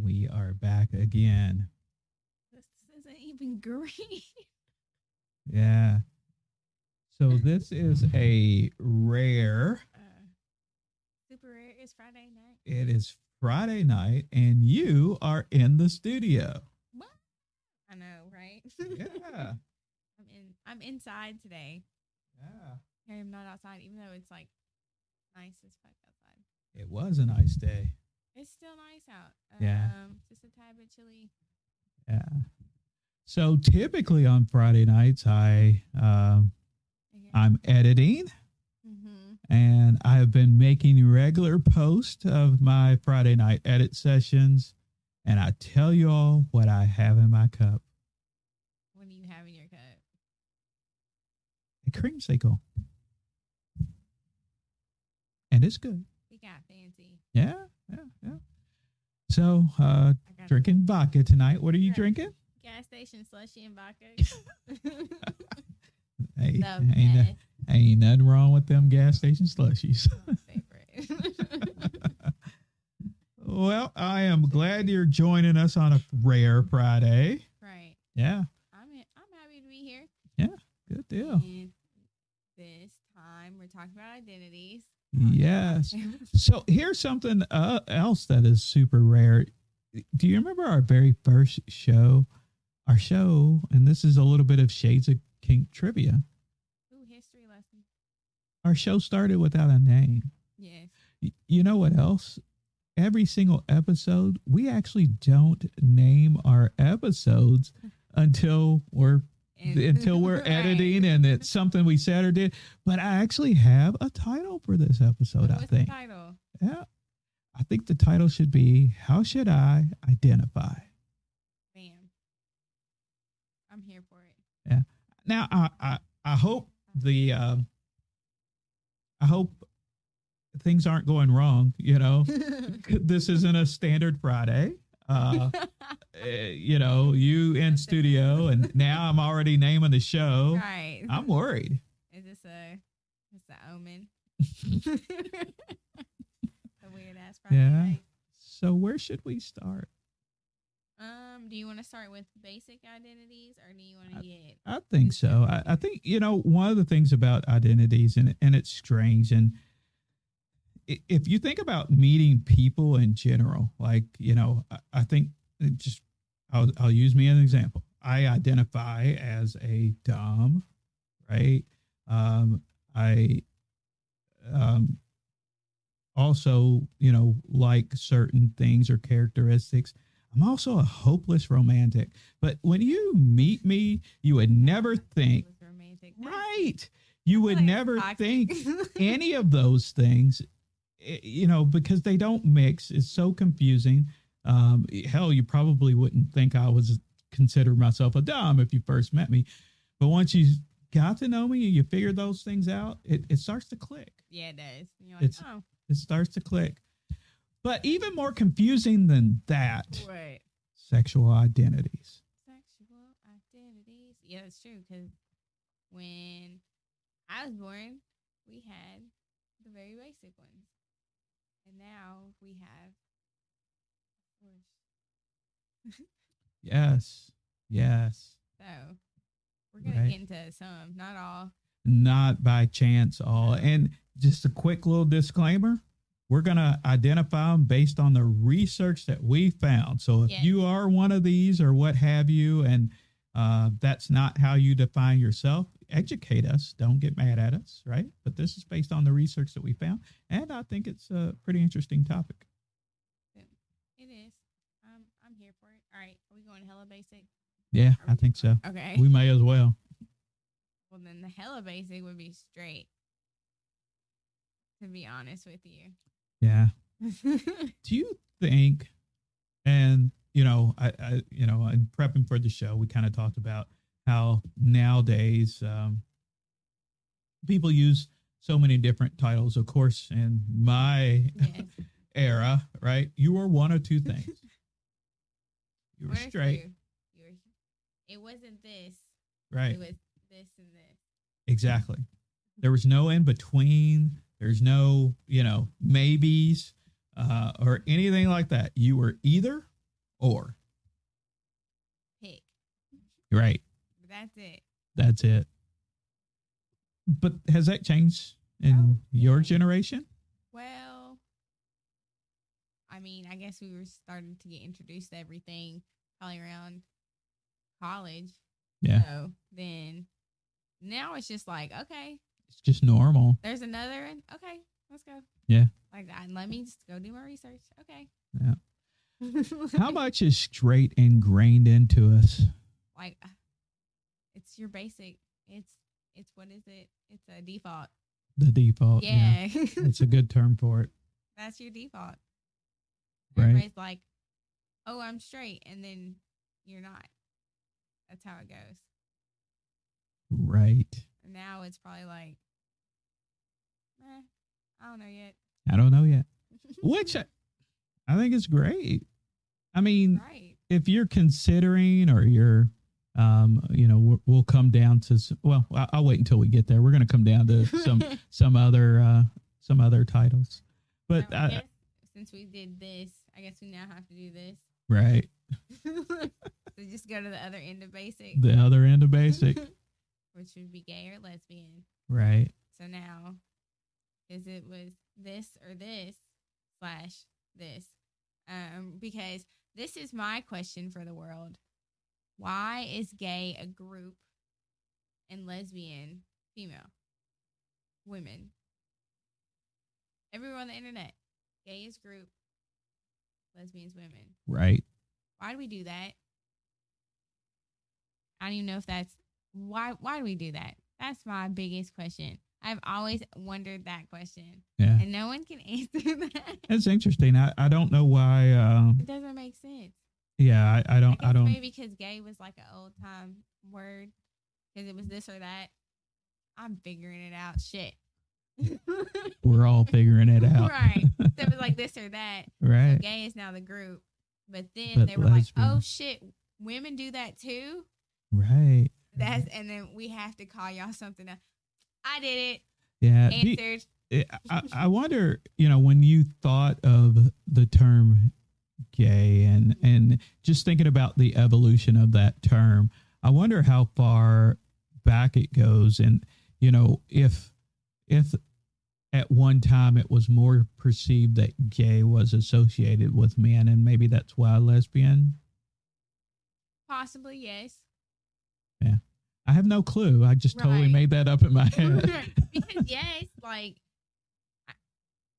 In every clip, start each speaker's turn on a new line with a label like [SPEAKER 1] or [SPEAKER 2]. [SPEAKER 1] We are back again.
[SPEAKER 2] This isn't even green.
[SPEAKER 1] Yeah. So this is a rare.
[SPEAKER 2] Uh, super rare is Friday night.
[SPEAKER 1] It is Friday night, and you are in the studio.
[SPEAKER 2] What? I know, right?
[SPEAKER 1] Yeah.
[SPEAKER 2] I'm in. I'm inside today.
[SPEAKER 1] yeah.
[SPEAKER 2] I am not outside, even though it's like nice as fuck outside.
[SPEAKER 1] It was a nice day.
[SPEAKER 2] It's still nice out.
[SPEAKER 1] Yeah.
[SPEAKER 2] Um, just a tad bit chilly.
[SPEAKER 1] Yeah. So typically on Friday nights, I um,
[SPEAKER 2] Uh.
[SPEAKER 1] I'm editing
[SPEAKER 2] mm-hmm.
[SPEAKER 1] and I have been making regular posts of my Friday night edit sessions, and I tell you all what I have in my cup:
[SPEAKER 2] What do you have in your cup?
[SPEAKER 1] a creamsicle, and it's good.
[SPEAKER 2] We got fancy.
[SPEAKER 1] Yeah, yeah, yeah. So uh,
[SPEAKER 2] I got
[SPEAKER 1] drinking vodka tonight. What are you
[SPEAKER 2] Right.
[SPEAKER 1] drinking?
[SPEAKER 2] Gas station slushy and vodka.
[SPEAKER 1] Hey,
[SPEAKER 2] the
[SPEAKER 1] ain't, no-
[SPEAKER 2] best.
[SPEAKER 1] ain't nothing wrong with them gas station slushies.
[SPEAKER 2] My favorite.
[SPEAKER 1] Well, I am glad you're joining us on a rare Friday.
[SPEAKER 2] right.
[SPEAKER 1] Yeah,
[SPEAKER 2] I'm in, I'm happy to be here.
[SPEAKER 1] good deal.
[SPEAKER 2] And this time we're talking about identities.
[SPEAKER 1] Yes. So here's something uh, else that is super rare. Do you remember our very first show? Our show, and this is a little bit of shades of kink trivia.
[SPEAKER 2] Ooh, history lesson.
[SPEAKER 1] Our show started without a name.
[SPEAKER 2] Yes.
[SPEAKER 1] Y- You know what else? Every single episode, we actually don't name our episodes until we're
[SPEAKER 2] And-
[SPEAKER 1] until we're
[SPEAKER 2] Right.
[SPEAKER 1] editing and it's something we said or did. But I actually have a title for this episode,
[SPEAKER 2] What
[SPEAKER 1] I
[SPEAKER 2] was
[SPEAKER 1] think.
[SPEAKER 2] The title.
[SPEAKER 1] yeah. I think the title should be How Should I Identify?
[SPEAKER 2] Bam. I'm here for it.
[SPEAKER 1] Now I I, I hope the um I hope things aren't going wrong, you know. this isn't a standard Friday. Uh eh, you know, you in studio and now I'm already naming the show.
[SPEAKER 2] right.
[SPEAKER 1] I'm worried.
[SPEAKER 2] Is this a is the omen? the weird ass Friday
[SPEAKER 1] Yeah.
[SPEAKER 2] night.
[SPEAKER 1] So where should we start?
[SPEAKER 2] Um, do you want to start with basic identities or do you want
[SPEAKER 1] I-
[SPEAKER 2] to get
[SPEAKER 1] I think
[SPEAKER 2] Is
[SPEAKER 1] so. I,
[SPEAKER 2] that-
[SPEAKER 1] I think you know one of the things about identities, and and it's strange, and i- if you think about meeting people in general, like you know, I, I think it just I'll I'll use me as an example. I identify as a dom, right? Um, I um, also you know like certain things or characteristics. I'm also a hopeless romantic, but when you meet me, you would never think
[SPEAKER 2] with romantic? That's-
[SPEAKER 1] Right. You would
[SPEAKER 2] like
[SPEAKER 1] never
[SPEAKER 2] toxic.
[SPEAKER 1] think any of those things, i- you know, because they don't mix. It's so confusing. Um, hell, you probably wouldn't think I was considered myself a dom if you first met me. But once you got to know me and you figure those things out, it, it starts to click.
[SPEAKER 2] Yeah, it does. And You're like,
[SPEAKER 1] It's-
[SPEAKER 2] oh,
[SPEAKER 1] It starts to click. But even more confusing than that,
[SPEAKER 2] what?
[SPEAKER 1] sexual identities.
[SPEAKER 2] Sexual identities. Yeah, that's true. Because when I was born, we had the very basic ones. And now we have, of course,
[SPEAKER 1] Yes. Yes.
[SPEAKER 2] So we're gonna
[SPEAKER 1] Right.
[SPEAKER 2] get into some, not all.
[SPEAKER 1] not by chance all. And just a quick little disclaimer we're going to identify them based on the research that we found. So if
[SPEAKER 2] Yes.
[SPEAKER 1] you are one of these or what have you, and uh, that's not how you define yourself, educate us. Don't get mad at us, right? But this is based on the research that we found. And I think it's a pretty interesting topic.
[SPEAKER 2] It is. Um, I'm here for it. All right, are we going hella basic?
[SPEAKER 1] Yeah,
[SPEAKER 2] Are we
[SPEAKER 1] I think so.
[SPEAKER 2] Okay.
[SPEAKER 1] We may as well.
[SPEAKER 2] well, then the hella basic would be straight. To be honest with you.
[SPEAKER 1] Yeah. do you think and you know i, I you know in prepping for the show we kind of talked about how nowadays um, people use so many different titles of course in my
[SPEAKER 2] yes.
[SPEAKER 1] era right you were one of two things you were
[SPEAKER 2] What if
[SPEAKER 1] straight
[SPEAKER 2] You, you were, it wasn't this.
[SPEAKER 1] right
[SPEAKER 2] It was this and this.
[SPEAKER 1] exactly there was no in between there's no you know maybes uh, or anything like that you were either or.
[SPEAKER 2] Pick.
[SPEAKER 1] Right.
[SPEAKER 2] That's it.
[SPEAKER 1] That's it. But has that changed in
[SPEAKER 2] Oh,
[SPEAKER 1] your
[SPEAKER 2] yeah.
[SPEAKER 1] generation?
[SPEAKER 2] Well, I mean, I guess we were starting to get introduced to everything probably around college.
[SPEAKER 1] Yeah.
[SPEAKER 2] So then now it's just like, okay,
[SPEAKER 1] It's just normal.
[SPEAKER 2] there's another. Okay, let's go.
[SPEAKER 1] Yeah.
[SPEAKER 2] Like, I, let me just go do my research. Okay.
[SPEAKER 1] Yeah. How
[SPEAKER 2] How
[SPEAKER 1] much is straight ingrained into us?
[SPEAKER 2] Like, uh, it's your basic. It's, it's what is it? It's a default.
[SPEAKER 1] The default.
[SPEAKER 2] yeah.
[SPEAKER 1] Oh, It's a good term for it.
[SPEAKER 2] That's your default.
[SPEAKER 1] Right.
[SPEAKER 2] Everybody's like, oh, I'm straight. And then you're not. That's how it goes.
[SPEAKER 1] Right.
[SPEAKER 2] And now it's probably like, eh, I don't know yet.
[SPEAKER 1] I don't know yet. Which I, I think is great. I mean,
[SPEAKER 2] right.
[SPEAKER 1] if you're considering or you're um you know we'll- we'll come down to s well I- i'll wait until we get there we're going to come down to some some other uh some other titles but uh,
[SPEAKER 2] Now, I
[SPEAKER 1] I,
[SPEAKER 2] guess since we did this, I guess we now have to do this.
[SPEAKER 1] right
[SPEAKER 2] so just go to the other end of basic,
[SPEAKER 1] the other end of
[SPEAKER 2] Mm-hmm.
[SPEAKER 1] basic
[SPEAKER 2] which would be gay or lesbian.
[SPEAKER 1] right
[SPEAKER 2] So now, is it was this or this slash this? Um, because this is my question for the world: Why is gay a group and lesbian female women? Everyone on the internet, gay is group, lesbians women.
[SPEAKER 1] right
[SPEAKER 2] Why do we do that? I don't even know if that's why why do we do that? That's my biggest question. I've always wondered that question.
[SPEAKER 1] yeah
[SPEAKER 2] And no one can answer that.
[SPEAKER 1] it's interesting i i don't know why um
[SPEAKER 2] It doesn't make sense.
[SPEAKER 1] yeah i, I don't
[SPEAKER 2] guess
[SPEAKER 1] i don't
[SPEAKER 2] maybe because gay was like an old time word. Because it was this or that. I'm figuring it out. Shit.
[SPEAKER 1] we're all figuring it out
[SPEAKER 2] Right. So it was like this or that.
[SPEAKER 1] right
[SPEAKER 2] Gay is now the group. But then
[SPEAKER 1] But
[SPEAKER 2] they were like,
[SPEAKER 1] lesbian.
[SPEAKER 2] oh shit, women do that too?
[SPEAKER 1] right
[SPEAKER 2] That's and then we have to call y'all something else. I did
[SPEAKER 1] yeah
[SPEAKER 2] it.
[SPEAKER 1] Do-
[SPEAKER 2] Answered.
[SPEAKER 1] I, Eh, I- I wonder, you know, when you thought of the term gay and and just thinking about the evolution of that term, I wonder how far back it goes and you know, if if at one time it was more perceived that gay was associated with men and maybe that's why lesbian.
[SPEAKER 2] Possibly yes.
[SPEAKER 1] I have no clue. I just totally
[SPEAKER 2] Right.
[SPEAKER 1] made that up in my head.
[SPEAKER 2] because yes, like I-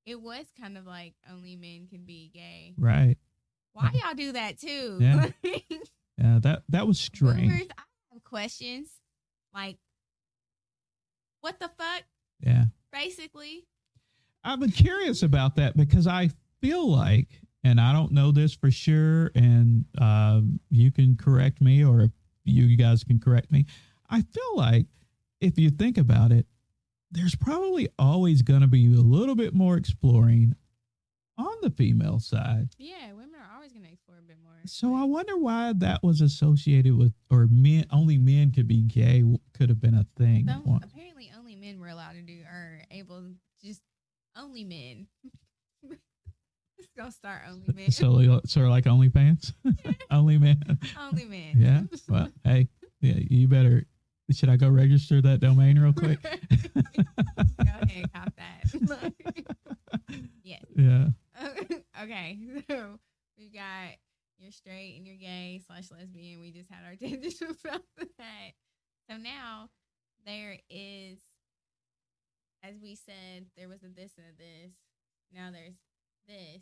[SPEAKER 2] it was kind of like only men can be gay.
[SPEAKER 1] right.
[SPEAKER 2] Why y'all do that too?
[SPEAKER 1] Yeah. Yeah, that that was
[SPEAKER 2] Boomers,
[SPEAKER 1] strange.
[SPEAKER 2] I have questions. Like what the fuck?
[SPEAKER 1] Yeah.
[SPEAKER 2] Basically.
[SPEAKER 1] I've been curious about that because I feel like, and I don't know this for sure, and um, you can correct me or if you guys can correct me. I feel like if you think about it, there's probably always going to be a little bit more exploring on the female side.
[SPEAKER 2] Yeah, women are always gonna explore a bit more.
[SPEAKER 1] So I
[SPEAKER 2] Like,
[SPEAKER 1] wonder why that was associated with, or men only men could be gay could have been a thing. at
[SPEAKER 2] some-
[SPEAKER 1] once.
[SPEAKER 2] apparently only men were allowed to do or able to just only men. Let's go start only men.
[SPEAKER 1] So, sort of like OnlyFans, only men.
[SPEAKER 2] only men.
[SPEAKER 1] Yeah. Well, hey, yeah, you better. Should I go register that domain real quick?
[SPEAKER 2] go ahead, cop that. yes.
[SPEAKER 1] yeah.
[SPEAKER 2] okay. So we got you're straight and you're gay slash lesbian. We just had our tangent about that. So now there is, as we said, there was a this and a this. Now there's this.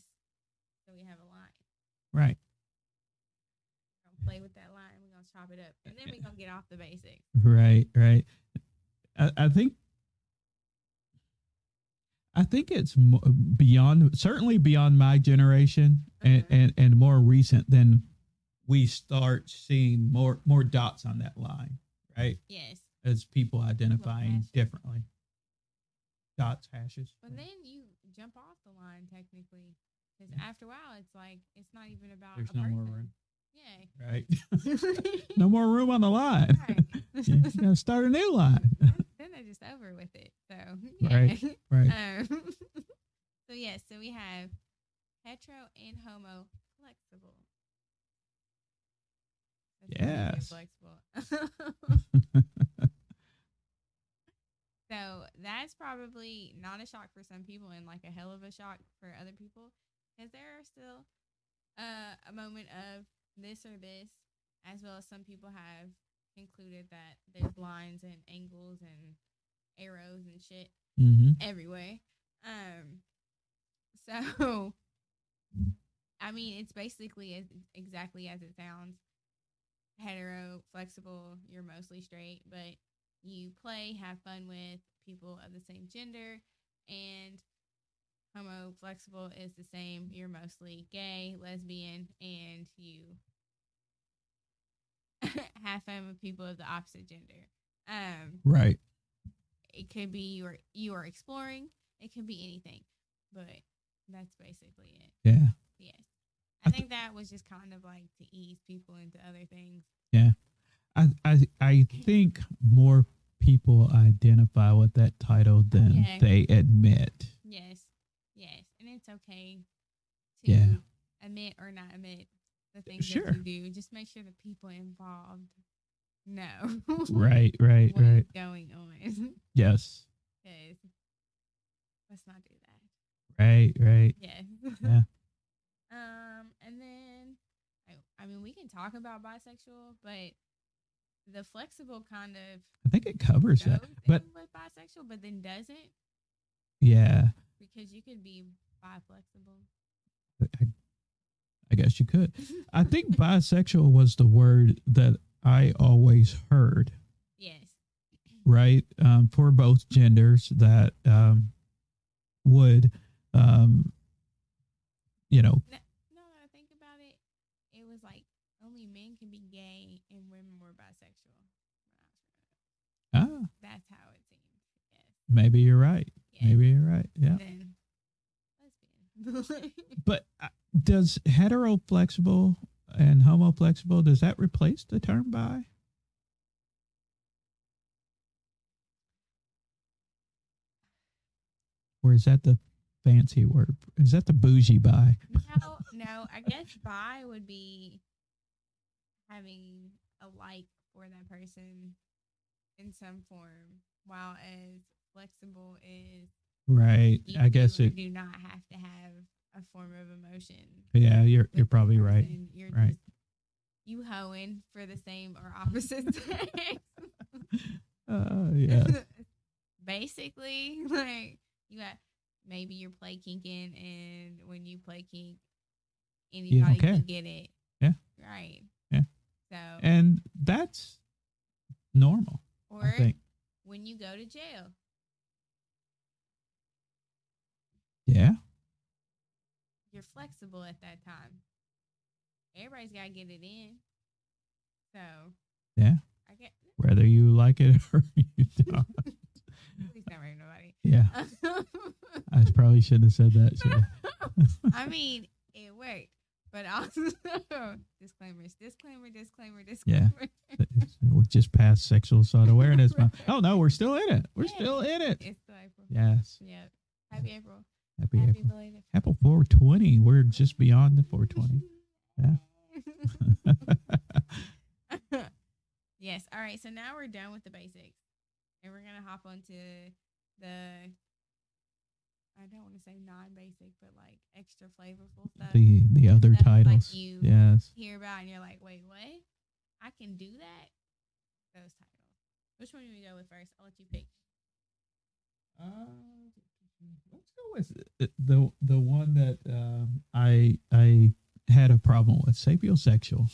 [SPEAKER 2] So we have a line.
[SPEAKER 1] Right.
[SPEAKER 2] We're gonna play with that line. We're gonna chop it up, and then we're gonna get off the basics.
[SPEAKER 1] Right. Right. I, I think. I think it's mo- beyond, certainly beyond my generation, and,
[SPEAKER 2] Uh-huh.
[SPEAKER 1] and and more recent than we start seeing more more dots on that line, right?
[SPEAKER 2] Yes.
[SPEAKER 1] As people identifying
[SPEAKER 2] hashes.
[SPEAKER 1] differently. Dots, hashes.
[SPEAKER 2] But then you jump off the line technically, because
[SPEAKER 1] Yeah.
[SPEAKER 2] after a while, it's like it's not even about.
[SPEAKER 1] There's
[SPEAKER 2] a
[SPEAKER 1] no
[SPEAKER 2] person.
[SPEAKER 1] more room.
[SPEAKER 2] Yeah.
[SPEAKER 1] Right.
[SPEAKER 2] right.
[SPEAKER 1] No more room on the line. you gotta start a new line.
[SPEAKER 2] then they're just over with it. So yeah.
[SPEAKER 1] Right, Right.
[SPEAKER 2] Um, so yes, so we have hetero and homo flexible. That's
[SPEAKER 1] Yes.
[SPEAKER 2] why you're flexible. so that's probably not a shock for some people and like a hell of a shock for other people because there are still uh, a moment of this or this, as well as some people have concluded that there's lines and angles and arrows and shit
[SPEAKER 1] Mm-hmm.
[SPEAKER 2] everywhere. Um, so, I mean, it's basically as exactly as it sounds. Hetero, flexible. You're mostly straight, but you play, have fun with people of the same gender, and homo flexible is the same. You're mostly gay, lesbian, and you have fun with people of the opposite gender. Um,
[SPEAKER 1] Right.
[SPEAKER 2] it could be you are you are exploring. It could be anything, but that's basically it.
[SPEAKER 1] Yeah.
[SPEAKER 2] Yes,
[SPEAKER 1] I
[SPEAKER 2] I
[SPEAKER 1] thi-
[SPEAKER 2] think that was just kind of like to ease people into other things.
[SPEAKER 1] I I I think more people identify with that title than
[SPEAKER 2] Yeah.
[SPEAKER 1] they admit.
[SPEAKER 2] Yes, yes, and it's okay to
[SPEAKER 1] Yeah.
[SPEAKER 2] admit or not admit the things
[SPEAKER 1] Sure.
[SPEAKER 2] that you do. Just make sure the people involved know
[SPEAKER 1] Right. Right.
[SPEAKER 2] what's
[SPEAKER 1] Right.
[SPEAKER 2] going on.
[SPEAKER 1] Yes.
[SPEAKER 2] Because let's not do that.
[SPEAKER 1] Right. Right.
[SPEAKER 2] Yes.
[SPEAKER 1] Yeah.
[SPEAKER 2] um, and then I, I mean we can talk about bisexual, but the flexible kind of
[SPEAKER 1] I think it covers
[SPEAKER 2] goes
[SPEAKER 1] that. But
[SPEAKER 2] in with bisexual, but then doesn't
[SPEAKER 1] yeah,
[SPEAKER 2] because you could be bi flexible.
[SPEAKER 1] I, I guess you could. I think bisexual was the word that I always heard.
[SPEAKER 2] yes.
[SPEAKER 1] right um, for both genders that um, would um, you know
[SPEAKER 2] No, I think about it. It was like only men can be gay and women were bisexual.
[SPEAKER 1] ah,
[SPEAKER 2] That's how it seemed. Yes.
[SPEAKER 1] maybe you're right
[SPEAKER 2] yes.
[SPEAKER 1] maybe you're right yeah
[SPEAKER 2] And Then lesbian.
[SPEAKER 1] but uh, does hetero flexible and homo flexible does that replace the term bi or is that the fancy word is that the bougie bi
[SPEAKER 2] No, no. I guess bi would be having a like for that person in some form, while as flexible is
[SPEAKER 1] right
[SPEAKER 2] you
[SPEAKER 1] i guess
[SPEAKER 2] do or
[SPEAKER 1] it
[SPEAKER 2] do not have to have a form of emotion.
[SPEAKER 1] yeah you're
[SPEAKER 2] with
[SPEAKER 1] you're
[SPEAKER 2] the
[SPEAKER 1] probably right
[SPEAKER 2] person. You're
[SPEAKER 1] Right.
[SPEAKER 2] just you hoeing for the same or opposite sex.
[SPEAKER 1] uh, yeah
[SPEAKER 2] Basically, like you got maybe you're play kinking, and when you play kink,
[SPEAKER 1] don't
[SPEAKER 2] anybody
[SPEAKER 1] care.
[SPEAKER 2] can get it.
[SPEAKER 1] Yeah.
[SPEAKER 2] Right.
[SPEAKER 1] Yeah.
[SPEAKER 2] So,
[SPEAKER 1] and that's normal i
[SPEAKER 2] or
[SPEAKER 1] think
[SPEAKER 2] when you go to jail,
[SPEAKER 1] yeah
[SPEAKER 2] you're flexible at that time. Everybody's got to get it in. So,
[SPEAKER 1] Yeah.
[SPEAKER 2] I get
[SPEAKER 1] whether you like it or you don't
[SPEAKER 2] please don't hurt nobody.
[SPEAKER 1] yeah i probably shouldn't have said that should I?
[SPEAKER 2] I mean, it worked, but also disclaimers, disclaimer, disclaimer,
[SPEAKER 1] Yeah.
[SPEAKER 2] disclaimer.
[SPEAKER 1] It's- we just passed sexual assault awareness month oh no we're still in it we're still in it
[SPEAKER 2] It's still April.
[SPEAKER 1] yes
[SPEAKER 2] Yep. Happy April.
[SPEAKER 1] happy
[SPEAKER 2] Happy
[SPEAKER 1] april
[SPEAKER 2] belated.
[SPEAKER 1] april 420 we're just beyond the 420
[SPEAKER 2] yes. All right. So now we're done with the basics, and we're gonna hop onto the. I don't want to say non-basic, but like extra flavorful stuff.
[SPEAKER 1] the the other
[SPEAKER 2] Stuff like
[SPEAKER 1] titles
[SPEAKER 2] you-
[SPEAKER 1] yes
[SPEAKER 2] hear about, and you're like, wait, what? I can do that. Those titles. Which one do we go with first? I'll let you pick.
[SPEAKER 1] Uh, let's go with the the, the one that um, I I had a problem with sapiosexual.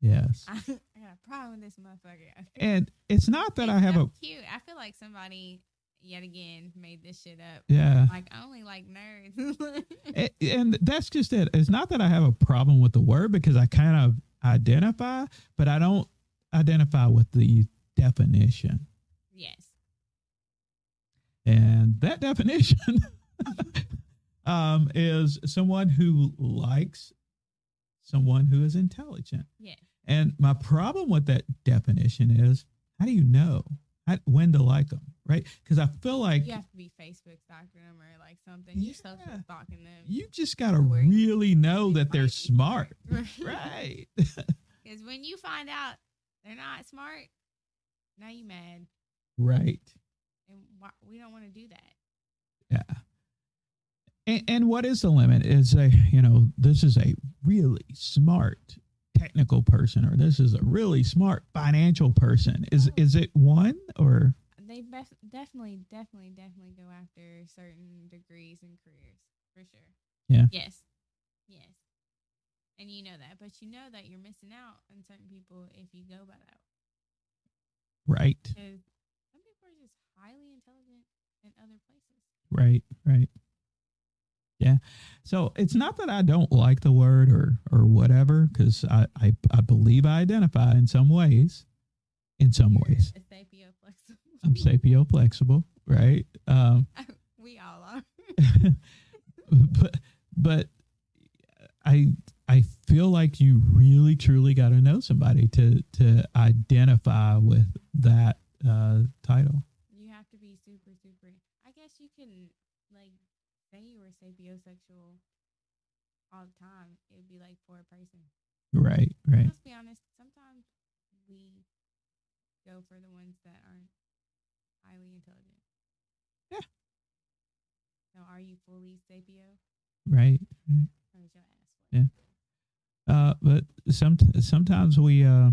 [SPEAKER 1] Yes,
[SPEAKER 2] I, I got a problem with this motherfucker.
[SPEAKER 1] and it's not that I
[SPEAKER 2] It's
[SPEAKER 1] have
[SPEAKER 2] so
[SPEAKER 1] a
[SPEAKER 2] cute. I feel like somebody yet again made this shit up.
[SPEAKER 1] yeah,
[SPEAKER 2] Like I only like nerds.
[SPEAKER 1] A- and that's just it. It's not that I have a problem with the word because I kind of identify, but I don't identify with the definition.
[SPEAKER 2] yes.
[SPEAKER 1] And that definition um, is someone who likes someone who is intelligent.
[SPEAKER 2] Yes.
[SPEAKER 1] And my problem with that definition is how do you know how, when to like them, right? Because I feel like
[SPEAKER 2] You have to be Facebook stalking them or like something. You social
[SPEAKER 1] Yeah.
[SPEAKER 2] stalking them.
[SPEAKER 1] you just got to
[SPEAKER 2] Or-
[SPEAKER 1] really know
[SPEAKER 2] They
[SPEAKER 1] that they're
[SPEAKER 2] might be
[SPEAKER 1] smart,
[SPEAKER 2] smart.
[SPEAKER 1] right?
[SPEAKER 2] Because when you find out they're not smart, now you mad,
[SPEAKER 1] Right.
[SPEAKER 2] and why, we don't want to do that.
[SPEAKER 1] And, and what is the limit? Is a you know this is a really smart technical person, or this is a really smart financial person. Is is it one or
[SPEAKER 2] They bef- definitely, definitely, definitely go after certain degrees and careers for sure.
[SPEAKER 1] Yeah.
[SPEAKER 2] Yes. Yes. And you know that, but you know that you're missing out on certain people if you go by that.
[SPEAKER 1] right?
[SPEAKER 2] Because some people are just highly intelligent in other places.
[SPEAKER 1] Right. Right. Yeah. So it's not that I don't like the word or or whatever, because I, I I believe I identify in some ways. In some ways,
[SPEAKER 2] It's sapioflexible.
[SPEAKER 1] I'm sapio flexible, right? Um,
[SPEAKER 2] we all are.
[SPEAKER 1] but but I I feel like you really truly got to know somebody to to identify with that uh, title.
[SPEAKER 2] You have to be super, super. I guess you can like say you were sapiosexual all the time. It'd be like for a person.
[SPEAKER 1] Right, right.
[SPEAKER 2] Let's be honest. Sometimes we go for the ones that aren't highly intelligent.
[SPEAKER 1] Yeah.
[SPEAKER 2] So are you fully sapio
[SPEAKER 1] Right.
[SPEAKER 2] or is your ass? wet?
[SPEAKER 1] Yeah. Uh, but some sometimes we uh,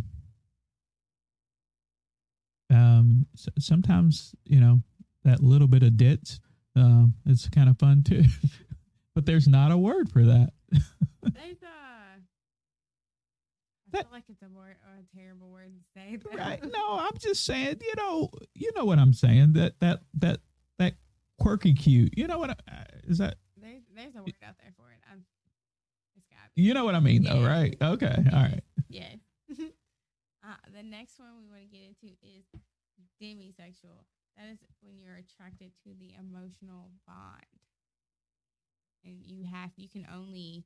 [SPEAKER 1] um s- sometimes you know that little bit of ditz um it's kind of fun too. but there's not a word for that.
[SPEAKER 2] There's a. I
[SPEAKER 1] That-
[SPEAKER 2] feel like it's a word, a terrible word to say. though.
[SPEAKER 1] right no i'm just saying you know you know what i'm saying that that that that quirky cute you know what I, is that
[SPEAKER 2] There's there's a word out there for it. I'm. It's got.
[SPEAKER 1] you know what i mean though
[SPEAKER 2] Yeah.
[SPEAKER 1] right okay all right
[SPEAKER 2] Yes. uh, the next one we want to get into is demisexual. That is when you're attracted to the emotional bond, and you have you can only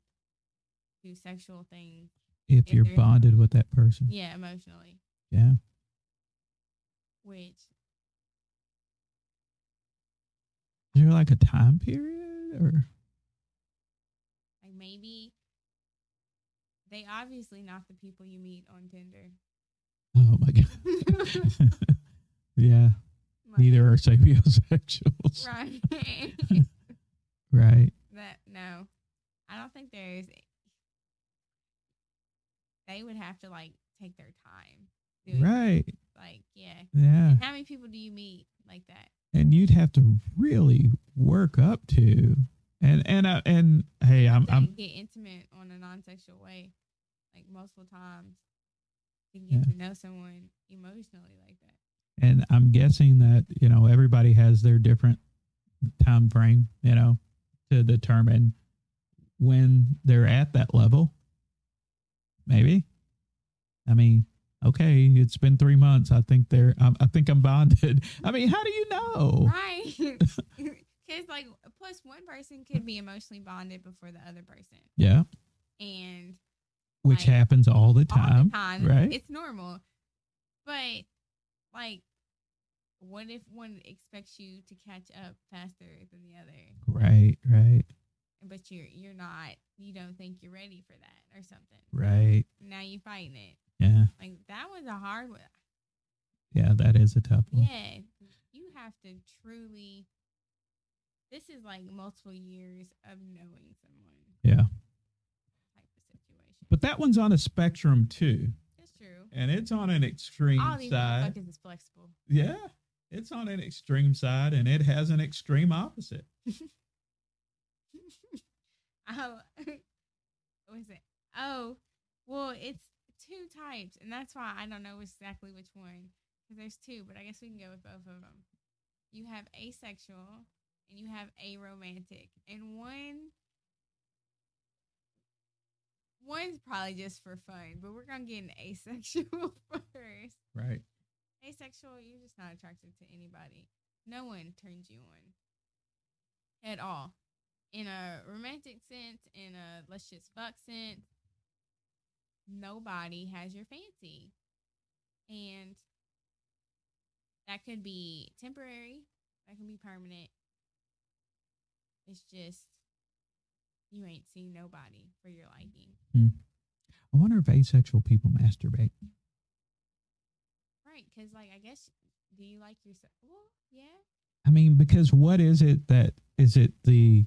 [SPEAKER 2] do sexual things.
[SPEAKER 1] if,
[SPEAKER 2] If
[SPEAKER 1] you're
[SPEAKER 2] there's-
[SPEAKER 1] bonded with that person
[SPEAKER 2] Yeah, emotionally,
[SPEAKER 1] yeah
[SPEAKER 2] which
[SPEAKER 1] is there like a time period or
[SPEAKER 2] like maybe they obviously not the people you meet on Tinder.
[SPEAKER 1] oh my god yeah
[SPEAKER 2] Like,
[SPEAKER 1] neither are sapiosexuals
[SPEAKER 2] Right.
[SPEAKER 1] right
[SPEAKER 2] that no, I don't think there's. They would have to like take their time. doing it.
[SPEAKER 1] right
[SPEAKER 2] Like, yeah.
[SPEAKER 1] yeah
[SPEAKER 2] How many people do you meet like that?
[SPEAKER 1] and you'd have to really work up to and and uh, and hey i'm
[SPEAKER 2] That
[SPEAKER 1] i'm
[SPEAKER 2] you get intimate on a non-sexual way, like multiple times, to get
[SPEAKER 1] Yeah.
[SPEAKER 2] to know someone emotionally like that.
[SPEAKER 1] and I'm guessing that you know everybody has their different time frame, you know, to determine when they're at that level. Maybe. I mean, okay, it's been three months. I think they're. I, I think I'm bonded. I mean, how do you know?
[SPEAKER 2] Right? Because like, plus one person could be emotionally bonded before the other person,
[SPEAKER 1] Yeah,
[SPEAKER 2] and
[SPEAKER 1] which
[SPEAKER 2] Right.
[SPEAKER 1] happens all the
[SPEAKER 2] all the
[SPEAKER 1] time.
[SPEAKER 2] time,
[SPEAKER 1] right?
[SPEAKER 2] It's normal, but like. What if one expects you to catch up faster than the other,
[SPEAKER 1] Right, right,
[SPEAKER 2] but you're you're not, you don't think you're ready for that or something?
[SPEAKER 1] right.
[SPEAKER 2] now you fighting it.
[SPEAKER 1] Yeah,
[SPEAKER 2] Like that was a hard one.
[SPEAKER 1] yeah. That is a tough one.
[SPEAKER 2] Yeah, you have to truly. This is like multiple years of knowing someone.
[SPEAKER 1] Yeah.
[SPEAKER 2] Type of situation.
[SPEAKER 1] But that one's on a spectrum too,
[SPEAKER 2] That's true.
[SPEAKER 1] and it's on an extreme
[SPEAKER 2] All these
[SPEAKER 1] side.
[SPEAKER 2] motherfuckers is flexible.
[SPEAKER 1] Yeah, it's on an extreme side, and it has an extreme opposite.
[SPEAKER 2] oh, what is it? Oh, well, it's two types, and that's why I don't know exactly which one because there's two, but I guess we can go with both of them. You have asexual and you have aromantic, and one one's probably just for fun, but we're gonna get an asexual first.
[SPEAKER 1] Right.
[SPEAKER 2] Asexual, you're just not attracted to anybody. No one turns you on at all. In a romantic sense, in a let's just fuck sense, nobody has your fancy. And that could be temporary, that can be permanent. It's just you ain't seen nobody for your liking.
[SPEAKER 1] I wonder if asexual people masturbate.
[SPEAKER 2] Right, because like I guess do you like yourself? Well, yeah.
[SPEAKER 1] I mean, because what is it that is it the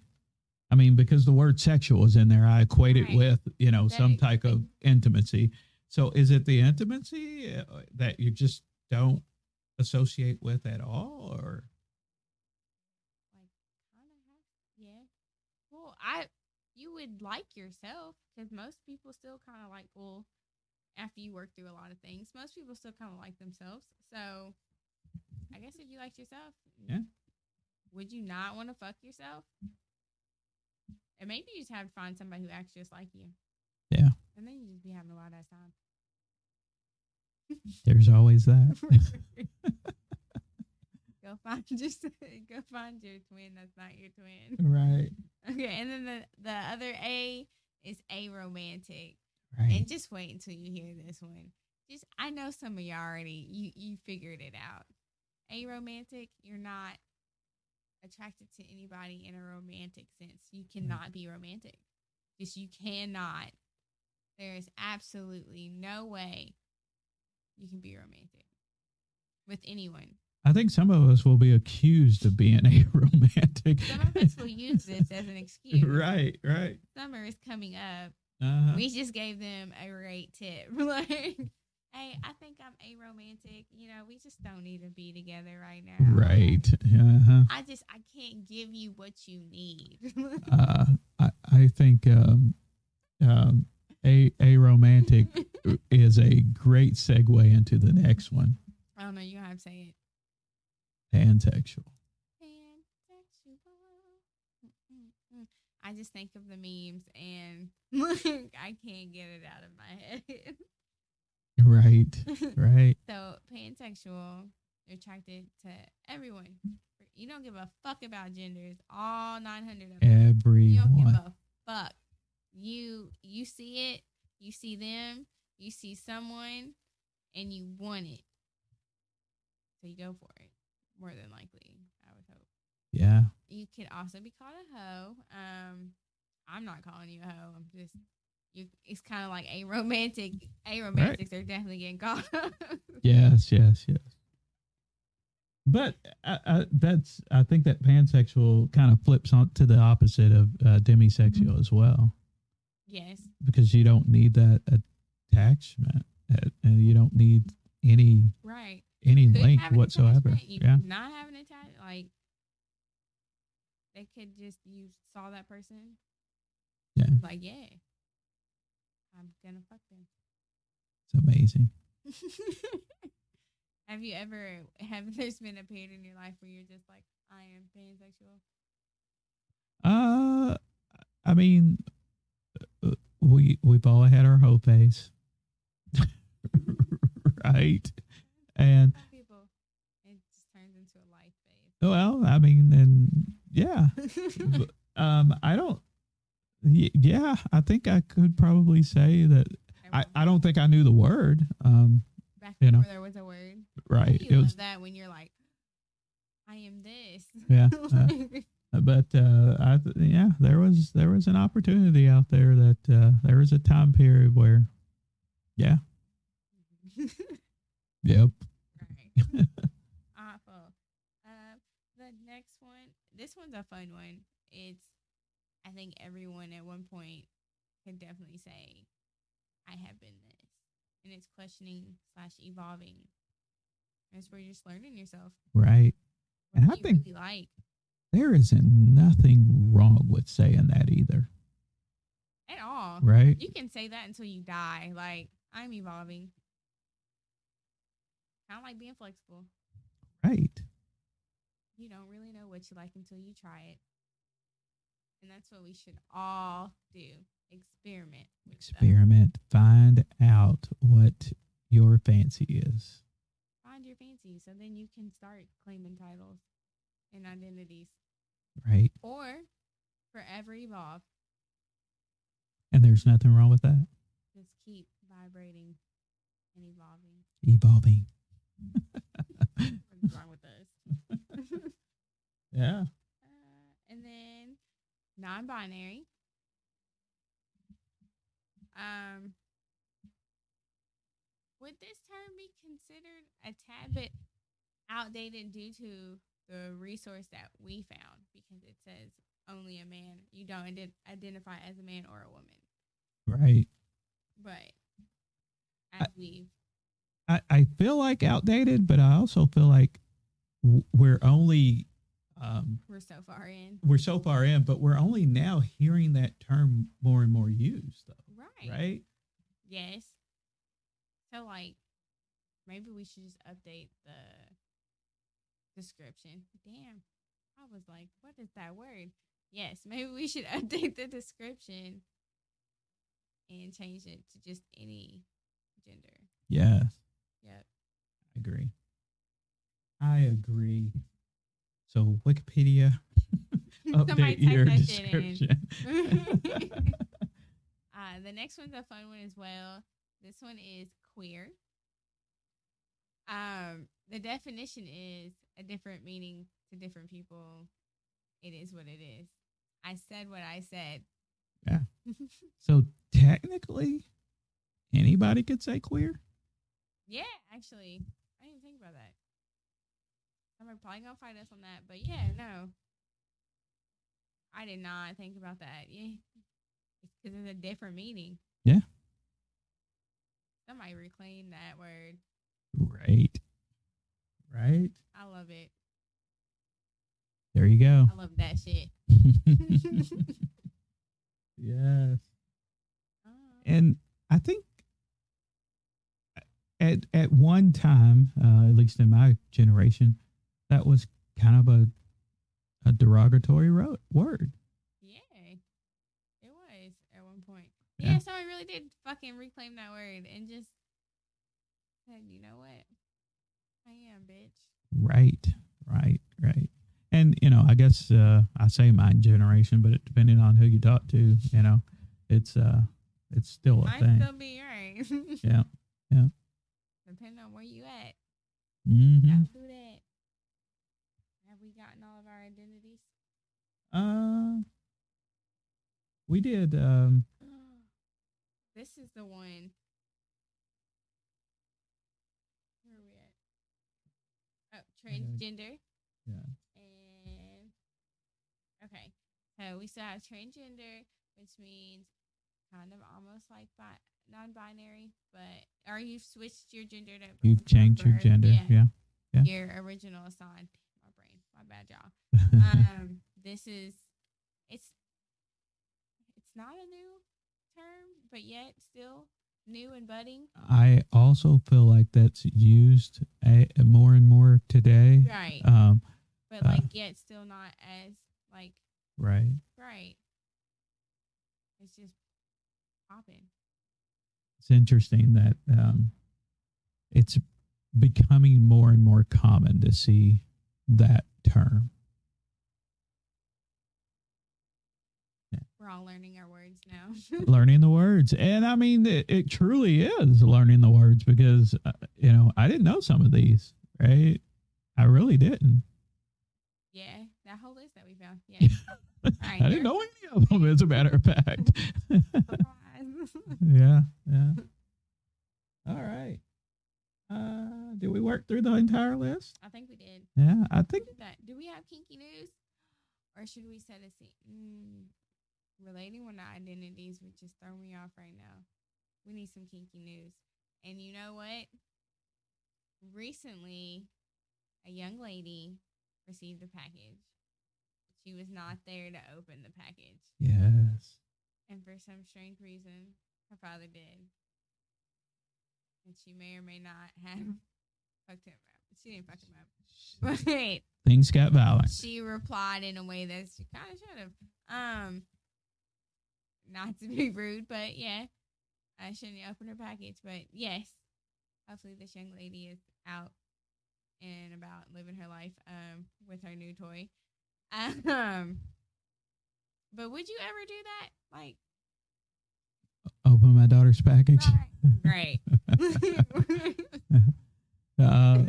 [SPEAKER 1] I mean, because the word sexual is in there, I equate it
[SPEAKER 2] Right.
[SPEAKER 1] with, you know,
[SPEAKER 2] That
[SPEAKER 1] some
[SPEAKER 2] it-
[SPEAKER 1] type of intimacy. So is it the intimacy uh, that you just don't associate with at all or
[SPEAKER 2] Kinda have, yeah. Well, I you would like yourself because most people still kind of like well, after you work through a lot of things, most people still kind of like themselves. So, I guess if you liked yourself,
[SPEAKER 1] Yeah.
[SPEAKER 2] would you not want to fuck yourself? And maybe you just have to find somebody who acts just like you.
[SPEAKER 1] Yeah.
[SPEAKER 2] And then you just be having a lot of time.
[SPEAKER 1] there's always that?
[SPEAKER 2] go find just go find your twin that's not your twin.
[SPEAKER 1] right.
[SPEAKER 2] Okay, and then the, the other A is aromantic.
[SPEAKER 1] Right.
[SPEAKER 2] And just wait until you hear this one. Just I know some of y'all already you you figured it out. Aromantic, you're not attracted to anybody in a romantic sense. You
[SPEAKER 1] Mm.
[SPEAKER 2] cannot be romantic. Just you cannot. There is absolutely no way you can be romantic with anyone.
[SPEAKER 1] I think some of us will be accused of being aromantic.
[SPEAKER 2] Some of us will use this as an excuse.
[SPEAKER 1] right, right.
[SPEAKER 2] Summer is coming up.
[SPEAKER 1] Uh-huh.
[SPEAKER 2] we just gave them a great tip. like, hey, I think I'm aromantic. You know, we just don't need to be together right now.
[SPEAKER 1] right. Uh-huh.
[SPEAKER 2] I just I can't give you what you need.
[SPEAKER 1] Uh, I, I think um, um, a aromantic is a great segue into the next one,
[SPEAKER 2] I don't know. You have to say it.
[SPEAKER 1] pansexual.
[SPEAKER 2] Pansexual. Mm-mm-mm. I just think of the memes and like, I can't get it out of my
[SPEAKER 1] Right,
[SPEAKER 2] head.
[SPEAKER 1] right.
[SPEAKER 2] So pansexual, you're attracted to everyone. You don't give a fuck about genders. All 900 of them. You don't give
[SPEAKER 1] Everyone.
[SPEAKER 2] a fuck. You you see it, you see them, you see someone, and you want it. So you go for it. More than likely, I would hope.
[SPEAKER 1] Yeah.
[SPEAKER 2] You could also be called a hoe. Um, I'm not calling you a hoe. I'm just you. It's kind of like a romantic. A romantics are definitely getting called.
[SPEAKER 1] Yes, yes, yes. But I, I, that's I think that pansexual kind of flips on to the opposite of uh,
[SPEAKER 2] Mm-hmm.
[SPEAKER 1] demisexual as well,
[SPEAKER 2] yes.
[SPEAKER 1] because you don't need that attachment, uh, and you don't need any
[SPEAKER 2] Right.
[SPEAKER 1] any
[SPEAKER 2] could
[SPEAKER 1] link
[SPEAKER 2] have an
[SPEAKER 1] whatsoever.
[SPEAKER 2] attachment, You
[SPEAKER 1] Yeah,
[SPEAKER 2] could not have an attachment. Like they could just you saw that person.
[SPEAKER 1] Yeah.
[SPEAKER 2] Like yeah, I'm gonna fuck
[SPEAKER 1] it's amazing.
[SPEAKER 2] them. have you ever have there's been a period in your life where you're just like I am pansexual?
[SPEAKER 1] Uh, I mean, uh, we we've all had our hoe phase, right? And
[SPEAKER 2] Some people it just turns into a life phase.
[SPEAKER 1] well, I mean, and yeah, B- um, I don't. y- Yeah, I think I could probably say that I, I don't think I knew the word. Um,
[SPEAKER 2] Back
[SPEAKER 1] you know.
[SPEAKER 2] before there was a word.
[SPEAKER 1] right.
[SPEAKER 2] You
[SPEAKER 1] It
[SPEAKER 2] love
[SPEAKER 1] was,
[SPEAKER 2] that when you're like, I am this.
[SPEAKER 1] yeah. uh, but uh, I th- yeah, there was there was an opportunity out there that uh, there was a time period where, yeah, uh. yep,
[SPEAKER 2] Right. Awful. Uh, the next one, this one's a fun one. It's, I think everyone at one point can definitely say, I have been this. And it's questioning slash evolving. That's where you're just learning yourself.
[SPEAKER 1] right.
[SPEAKER 2] What
[SPEAKER 1] And
[SPEAKER 2] do
[SPEAKER 1] I
[SPEAKER 2] you
[SPEAKER 1] think-
[SPEAKER 2] really like.
[SPEAKER 1] There isn't nothing wrong with saying that either,
[SPEAKER 2] At all.
[SPEAKER 1] right?
[SPEAKER 2] You can say that until you die. Like, I'm evolving. Kind of like being flexible.
[SPEAKER 1] Right.
[SPEAKER 2] you don't really know what you like until you try it. And that's what we should all do. Experiment. with stuff.
[SPEAKER 1] Experiment. Find out what your fancy is.
[SPEAKER 2] Find your fancy. So then you can start claiming titles and identities.
[SPEAKER 1] Right.
[SPEAKER 2] Or forever evolve.
[SPEAKER 1] And there's nothing wrong with that.
[SPEAKER 2] Just keep vibrating and evolving.
[SPEAKER 1] Evolving.
[SPEAKER 2] What's wrong with us?
[SPEAKER 1] Yeah.
[SPEAKER 2] Uh, and then non-binary. Um, Would this term be considered a tad bit outdated due to the resource that we found? Because it says only a man. You don't ident- identify as a man or a woman.
[SPEAKER 1] Right.
[SPEAKER 2] But I believe
[SPEAKER 1] I, I feel like outdated, but I also feel like w- we're only um,
[SPEAKER 2] we're so far in.
[SPEAKER 1] we're so far in, but we're only now hearing that term more and more used, though,
[SPEAKER 2] Right.
[SPEAKER 1] right?
[SPEAKER 2] Yes. So like maybe we should just update the description. Damn. I was like, what is that word? Yes, maybe we should update the description and change it to just any gender.
[SPEAKER 1] Yes,
[SPEAKER 2] Yep.
[SPEAKER 1] I agree. I agree. So Wikipedia, update your description.
[SPEAKER 2] Uh, the next one's a fun one as well. This one is queer. Um, the definition is a different meaning to different people. It is what it is. I said what I said.
[SPEAKER 1] Yeah. so technically, anybody could say queer.
[SPEAKER 2] yeah, actually, I didn't think about that. I'm probably gonna fight us on that, but yeah, no, I did not think about that. Yeah, because it's a different meaning.
[SPEAKER 1] Yeah.
[SPEAKER 2] Somebody reclaim that word.
[SPEAKER 1] Right. Right.
[SPEAKER 2] I love it.
[SPEAKER 1] There you go.
[SPEAKER 2] I love that shit.
[SPEAKER 1] yes.
[SPEAKER 2] Um,
[SPEAKER 1] And I think at at one time, uh, at least in my generation, that was kind of a a derogatory ro- word.
[SPEAKER 2] yeah, it was at one point.
[SPEAKER 1] Yeah.
[SPEAKER 2] Yeah, somebody really did fucking reclaim that word and just said, you know what? I am, bitch.
[SPEAKER 1] Right. Right. Right. And you know, I guess uh, I say my generation, but it, depending on who you talk to, you know, it's uh, it's still a
[SPEAKER 2] Might
[SPEAKER 1] thing.
[SPEAKER 2] still be right.
[SPEAKER 1] Yeah, yeah.
[SPEAKER 2] Depending on where you at.
[SPEAKER 1] hmm
[SPEAKER 2] Don't do that. Have we gotten all of our identities?
[SPEAKER 1] Uh, we did. Um,
[SPEAKER 2] this is the one. Where are we at? Oh,
[SPEAKER 1] I gotta-
[SPEAKER 2] transgender.
[SPEAKER 1] yeah.
[SPEAKER 2] And okay, so we still have transgender, which means kind of almost like bi- non-binary, but or you've switched your gender to
[SPEAKER 1] You've
[SPEAKER 2] from
[SPEAKER 1] changed your
[SPEAKER 2] birth.
[SPEAKER 1] gender. Yeah. yeah.
[SPEAKER 2] your original assigned. My brain, my bad, y'all. Um, this is it's it's not a new term, but yet still new and budding.
[SPEAKER 1] I also feel like that's used a, more and more today.
[SPEAKER 2] Right,
[SPEAKER 1] Um,
[SPEAKER 2] but like yet still not as like
[SPEAKER 1] right.
[SPEAKER 2] Right. It's just popping.
[SPEAKER 1] It's interesting that um, it's becoming more and more common to see that term.
[SPEAKER 2] We're all learning our words now.
[SPEAKER 1] learning the words and i mean it, it truly is learning the words because uh, you know i didn't know some of these right i really didn't
[SPEAKER 2] yeah, that whole list that we found. Yeah.
[SPEAKER 1] i
[SPEAKER 2] Right,
[SPEAKER 1] didn't
[SPEAKER 2] you're-
[SPEAKER 1] know any of them as a matter of fact
[SPEAKER 2] Surprise.
[SPEAKER 1] yeah yeah all right uh did we work through the entire list
[SPEAKER 2] I think we did.
[SPEAKER 1] yeah i think
[SPEAKER 2] Did that. Do we have kinky news, or should we set a scene? Mm, relating with the identities, which just throw me off right now. We need some kinky news. And you know what? Recently, a young lady received a package. She was not there to open the package,
[SPEAKER 1] yes
[SPEAKER 2] and for some strange reason, her father did. And she may or may not have fucked him up. She didn't fuck him up. But
[SPEAKER 1] things got violent
[SPEAKER 2] she replied in a way that she kind of should have. Um, not to be rude, but yeah, I shouldn't open her package. But yes, hopefully this young lady is out and about living her life um with her new toy. Um, but would you ever do that? Like,
[SPEAKER 1] open my daughter's package
[SPEAKER 2] right?
[SPEAKER 1] uh,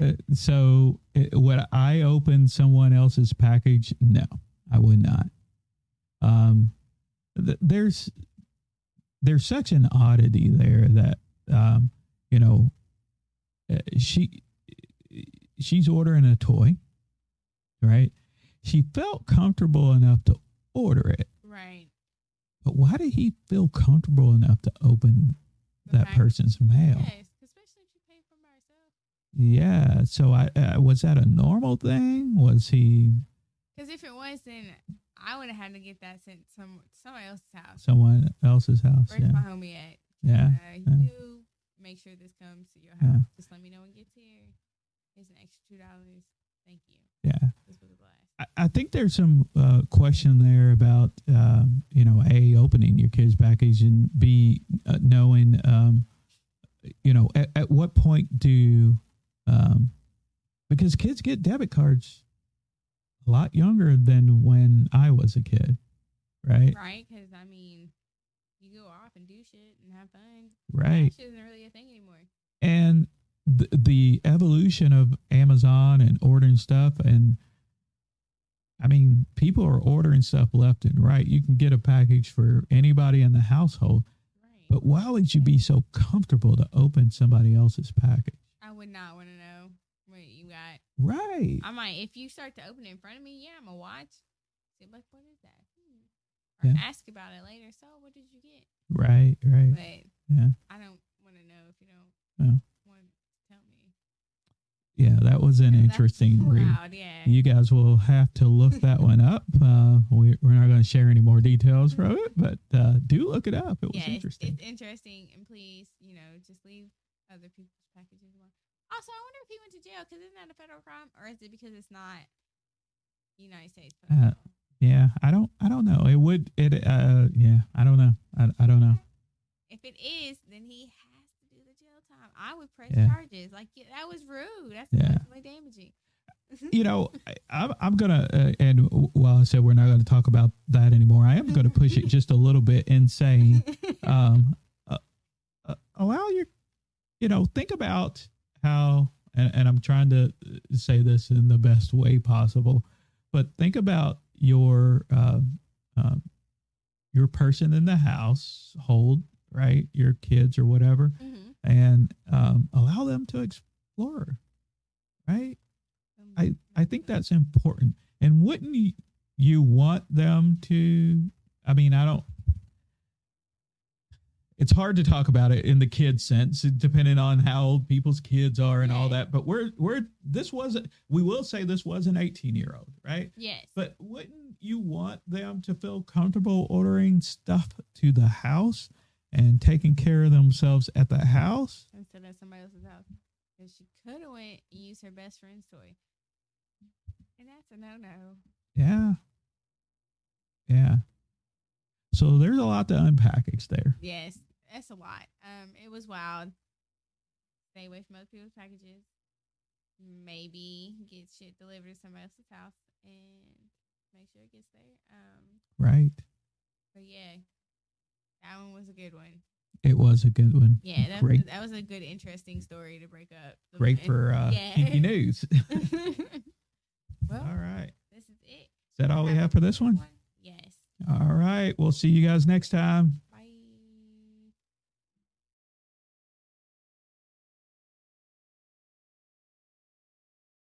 [SPEAKER 1] uh, so it, would I open someone else's package? No, I would not. Um, th- there's there's such an oddity there that um, you know, uh, she she's ordering a toy, right? She felt comfortable enough to order it,
[SPEAKER 2] Right.
[SPEAKER 1] but why did he feel comfortable enough to open
[SPEAKER 2] The
[SPEAKER 1] that
[SPEAKER 2] fact-
[SPEAKER 1] person's mail?
[SPEAKER 2] Yes, especially if you pay for by
[SPEAKER 1] Yeah.
[SPEAKER 2] herself.
[SPEAKER 1] So I uh, was that a normal thing? Was he
[SPEAKER 2] Because if it was, then I would have had to get that sent some somebody else's house.
[SPEAKER 1] someone else's house?
[SPEAKER 2] Where's
[SPEAKER 1] Yeah.
[SPEAKER 2] my homie at?
[SPEAKER 1] Yeah.
[SPEAKER 2] Uh, you make sure this comes to your house. Just let me know when it gets here. Here's an extra two dollars. Thank you.
[SPEAKER 1] Yeah.
[SPEAKER 2] This was a blast.
[SPEAKER 1] I- I think there's some uh, question there about um, you know a opening your kids' package and b uh, knowing um, you know at, at what point do um, because kids get debit cards a lot younger than when I was a kid, right?
[SPEAKER 2] Right? Because I mean, you go off and do shit and have fun.
[SPEAKER 1] Right.
[SPEAKER 2] Shit isn't really a thing anymore.
[SPEAKER 1] And the, the evolution of Amazon and ordering stuff and I mean, people are ordering stuff left and right. You can get a package for anybody in the household.
[SPEAKER 2] Right.
[SPEAKER 1] But why would you be so comfortable to open somebody else's package?
[SPEAKER 2] I would not want to know what you got.
[SPEAKER 1] Right.
[SPEAKER 2] I might, if you start to open it in front of me, yeah, I'm gonna watch. See, like, what is that? Hmm. Or
[SPEAKER 1] Yeah.
[SPEAKER 2] ask about it later. So, what did you get?
[SPEAKER 1] Right, right.
[SPEAKER 2] But
[SPEAKER 1] Yeah.
[SPEAKER 2] I don't want to know if you don't
[SPEAKER 1] No.
[SPEAKER 2] want to tell me.
[SPEAKER 1] Yeah, that was an
[SPEAKER 2] So that's
[SPEAKER 1] interesting read.
[SPEAKER 2] Loud, yeah.
[SPEAKER 1] You guys will have to look that one up. Uh, we, we're not going to share any more details from it, but uh, do look it up. It was
[SPEAKER 2] yeah, it's-
[SPEAKER 1] interesting.
[SPEAKER 2] It's, interesting, and please, you know, just leave other people's packages alone. Also, I wonder if he went to jail because isn't that a federal crime, or is it because it's not United States? federal
[SPEAKER 1] Uh,
[SPEAKER 2] law?
[SPEAKER 1] Yeah, I don't. I don't know. It would. It. Uh. Yeah. I don't know. I. I don't know.
[SPEAKER 2] If it is, then he has to do the jail time. I would press
[SPEAKER 1] Yeah.
[SPEAKER 2] charges. Like yeah, that was rude. That's
[SPEAKER 1] Yeah.
[SPEAKER 2] emotionally damaging.
[SPEAKER 1] You know. I, I'm. I'm gonna. Uh, and while I said we're not gonna talk about that anymore, I am gonna push it just a little bit and say, um, uh, uh, allow your. You know, think about how. And, and I'm trying to uh, say this in the best way possible, but think about your um, um, your person in the household, right? Your kids or whatever.
[SPEAKER 2] Mhm.
[SPEAKER 1] and um, allow them to explore right i think that's important and wouldn't y- you want them to i mean i don't it's hard to talk about it in the kid sense depending on how old people's kids are and all
[SPEAKER 2] Yeah.
[SPEAKER 1] that but we're we're this was we will say this was an 18 year old right
[SPEAKER 2] Yes.
[SPEAKER 1] but wouldn't you want them to feel comfortable ordering stuff to the house and taking care of themselves at the house?
[SPEAKER 2] instead of somebody else's house. Because she could have went and used her best friend's toy. And that's a no no.
[SPEAKER 1] Yeah. Yeah. So there's a lot to unpackage there.
[SPEAKER 2] Yes, that's a lot. Um, it was wild. Stay away from other people's packages. Maybe get shit delivered to somebody else's house and make sure it gets there. Um,
[SPEAKER 1] Right.
[SPEAKER 2] but yeah, that one was a good one.
[SPEAKER 1] It was a good one.
[SPEAKER 2] Yeah, that,
[SPEAKER 1] great
[SPEAKER 2] that was a good, interesting story to break up. the
[SPEAKER 1] great
[SPEAKER 2] one.
[SPEAKER 1] for uh
[SPEAKER 2] Yeah.
[SPEAKER 1] kinky news.
[SPEAKER 2] well,
[SPEAKER 1] all right. Is
[SPEAKER 2] this is it.
[SPEAKER 1] that all we have for this one?
[SPEAKER 2] Yes.
[SPEAKER 1] All right. We'll see you guys next time.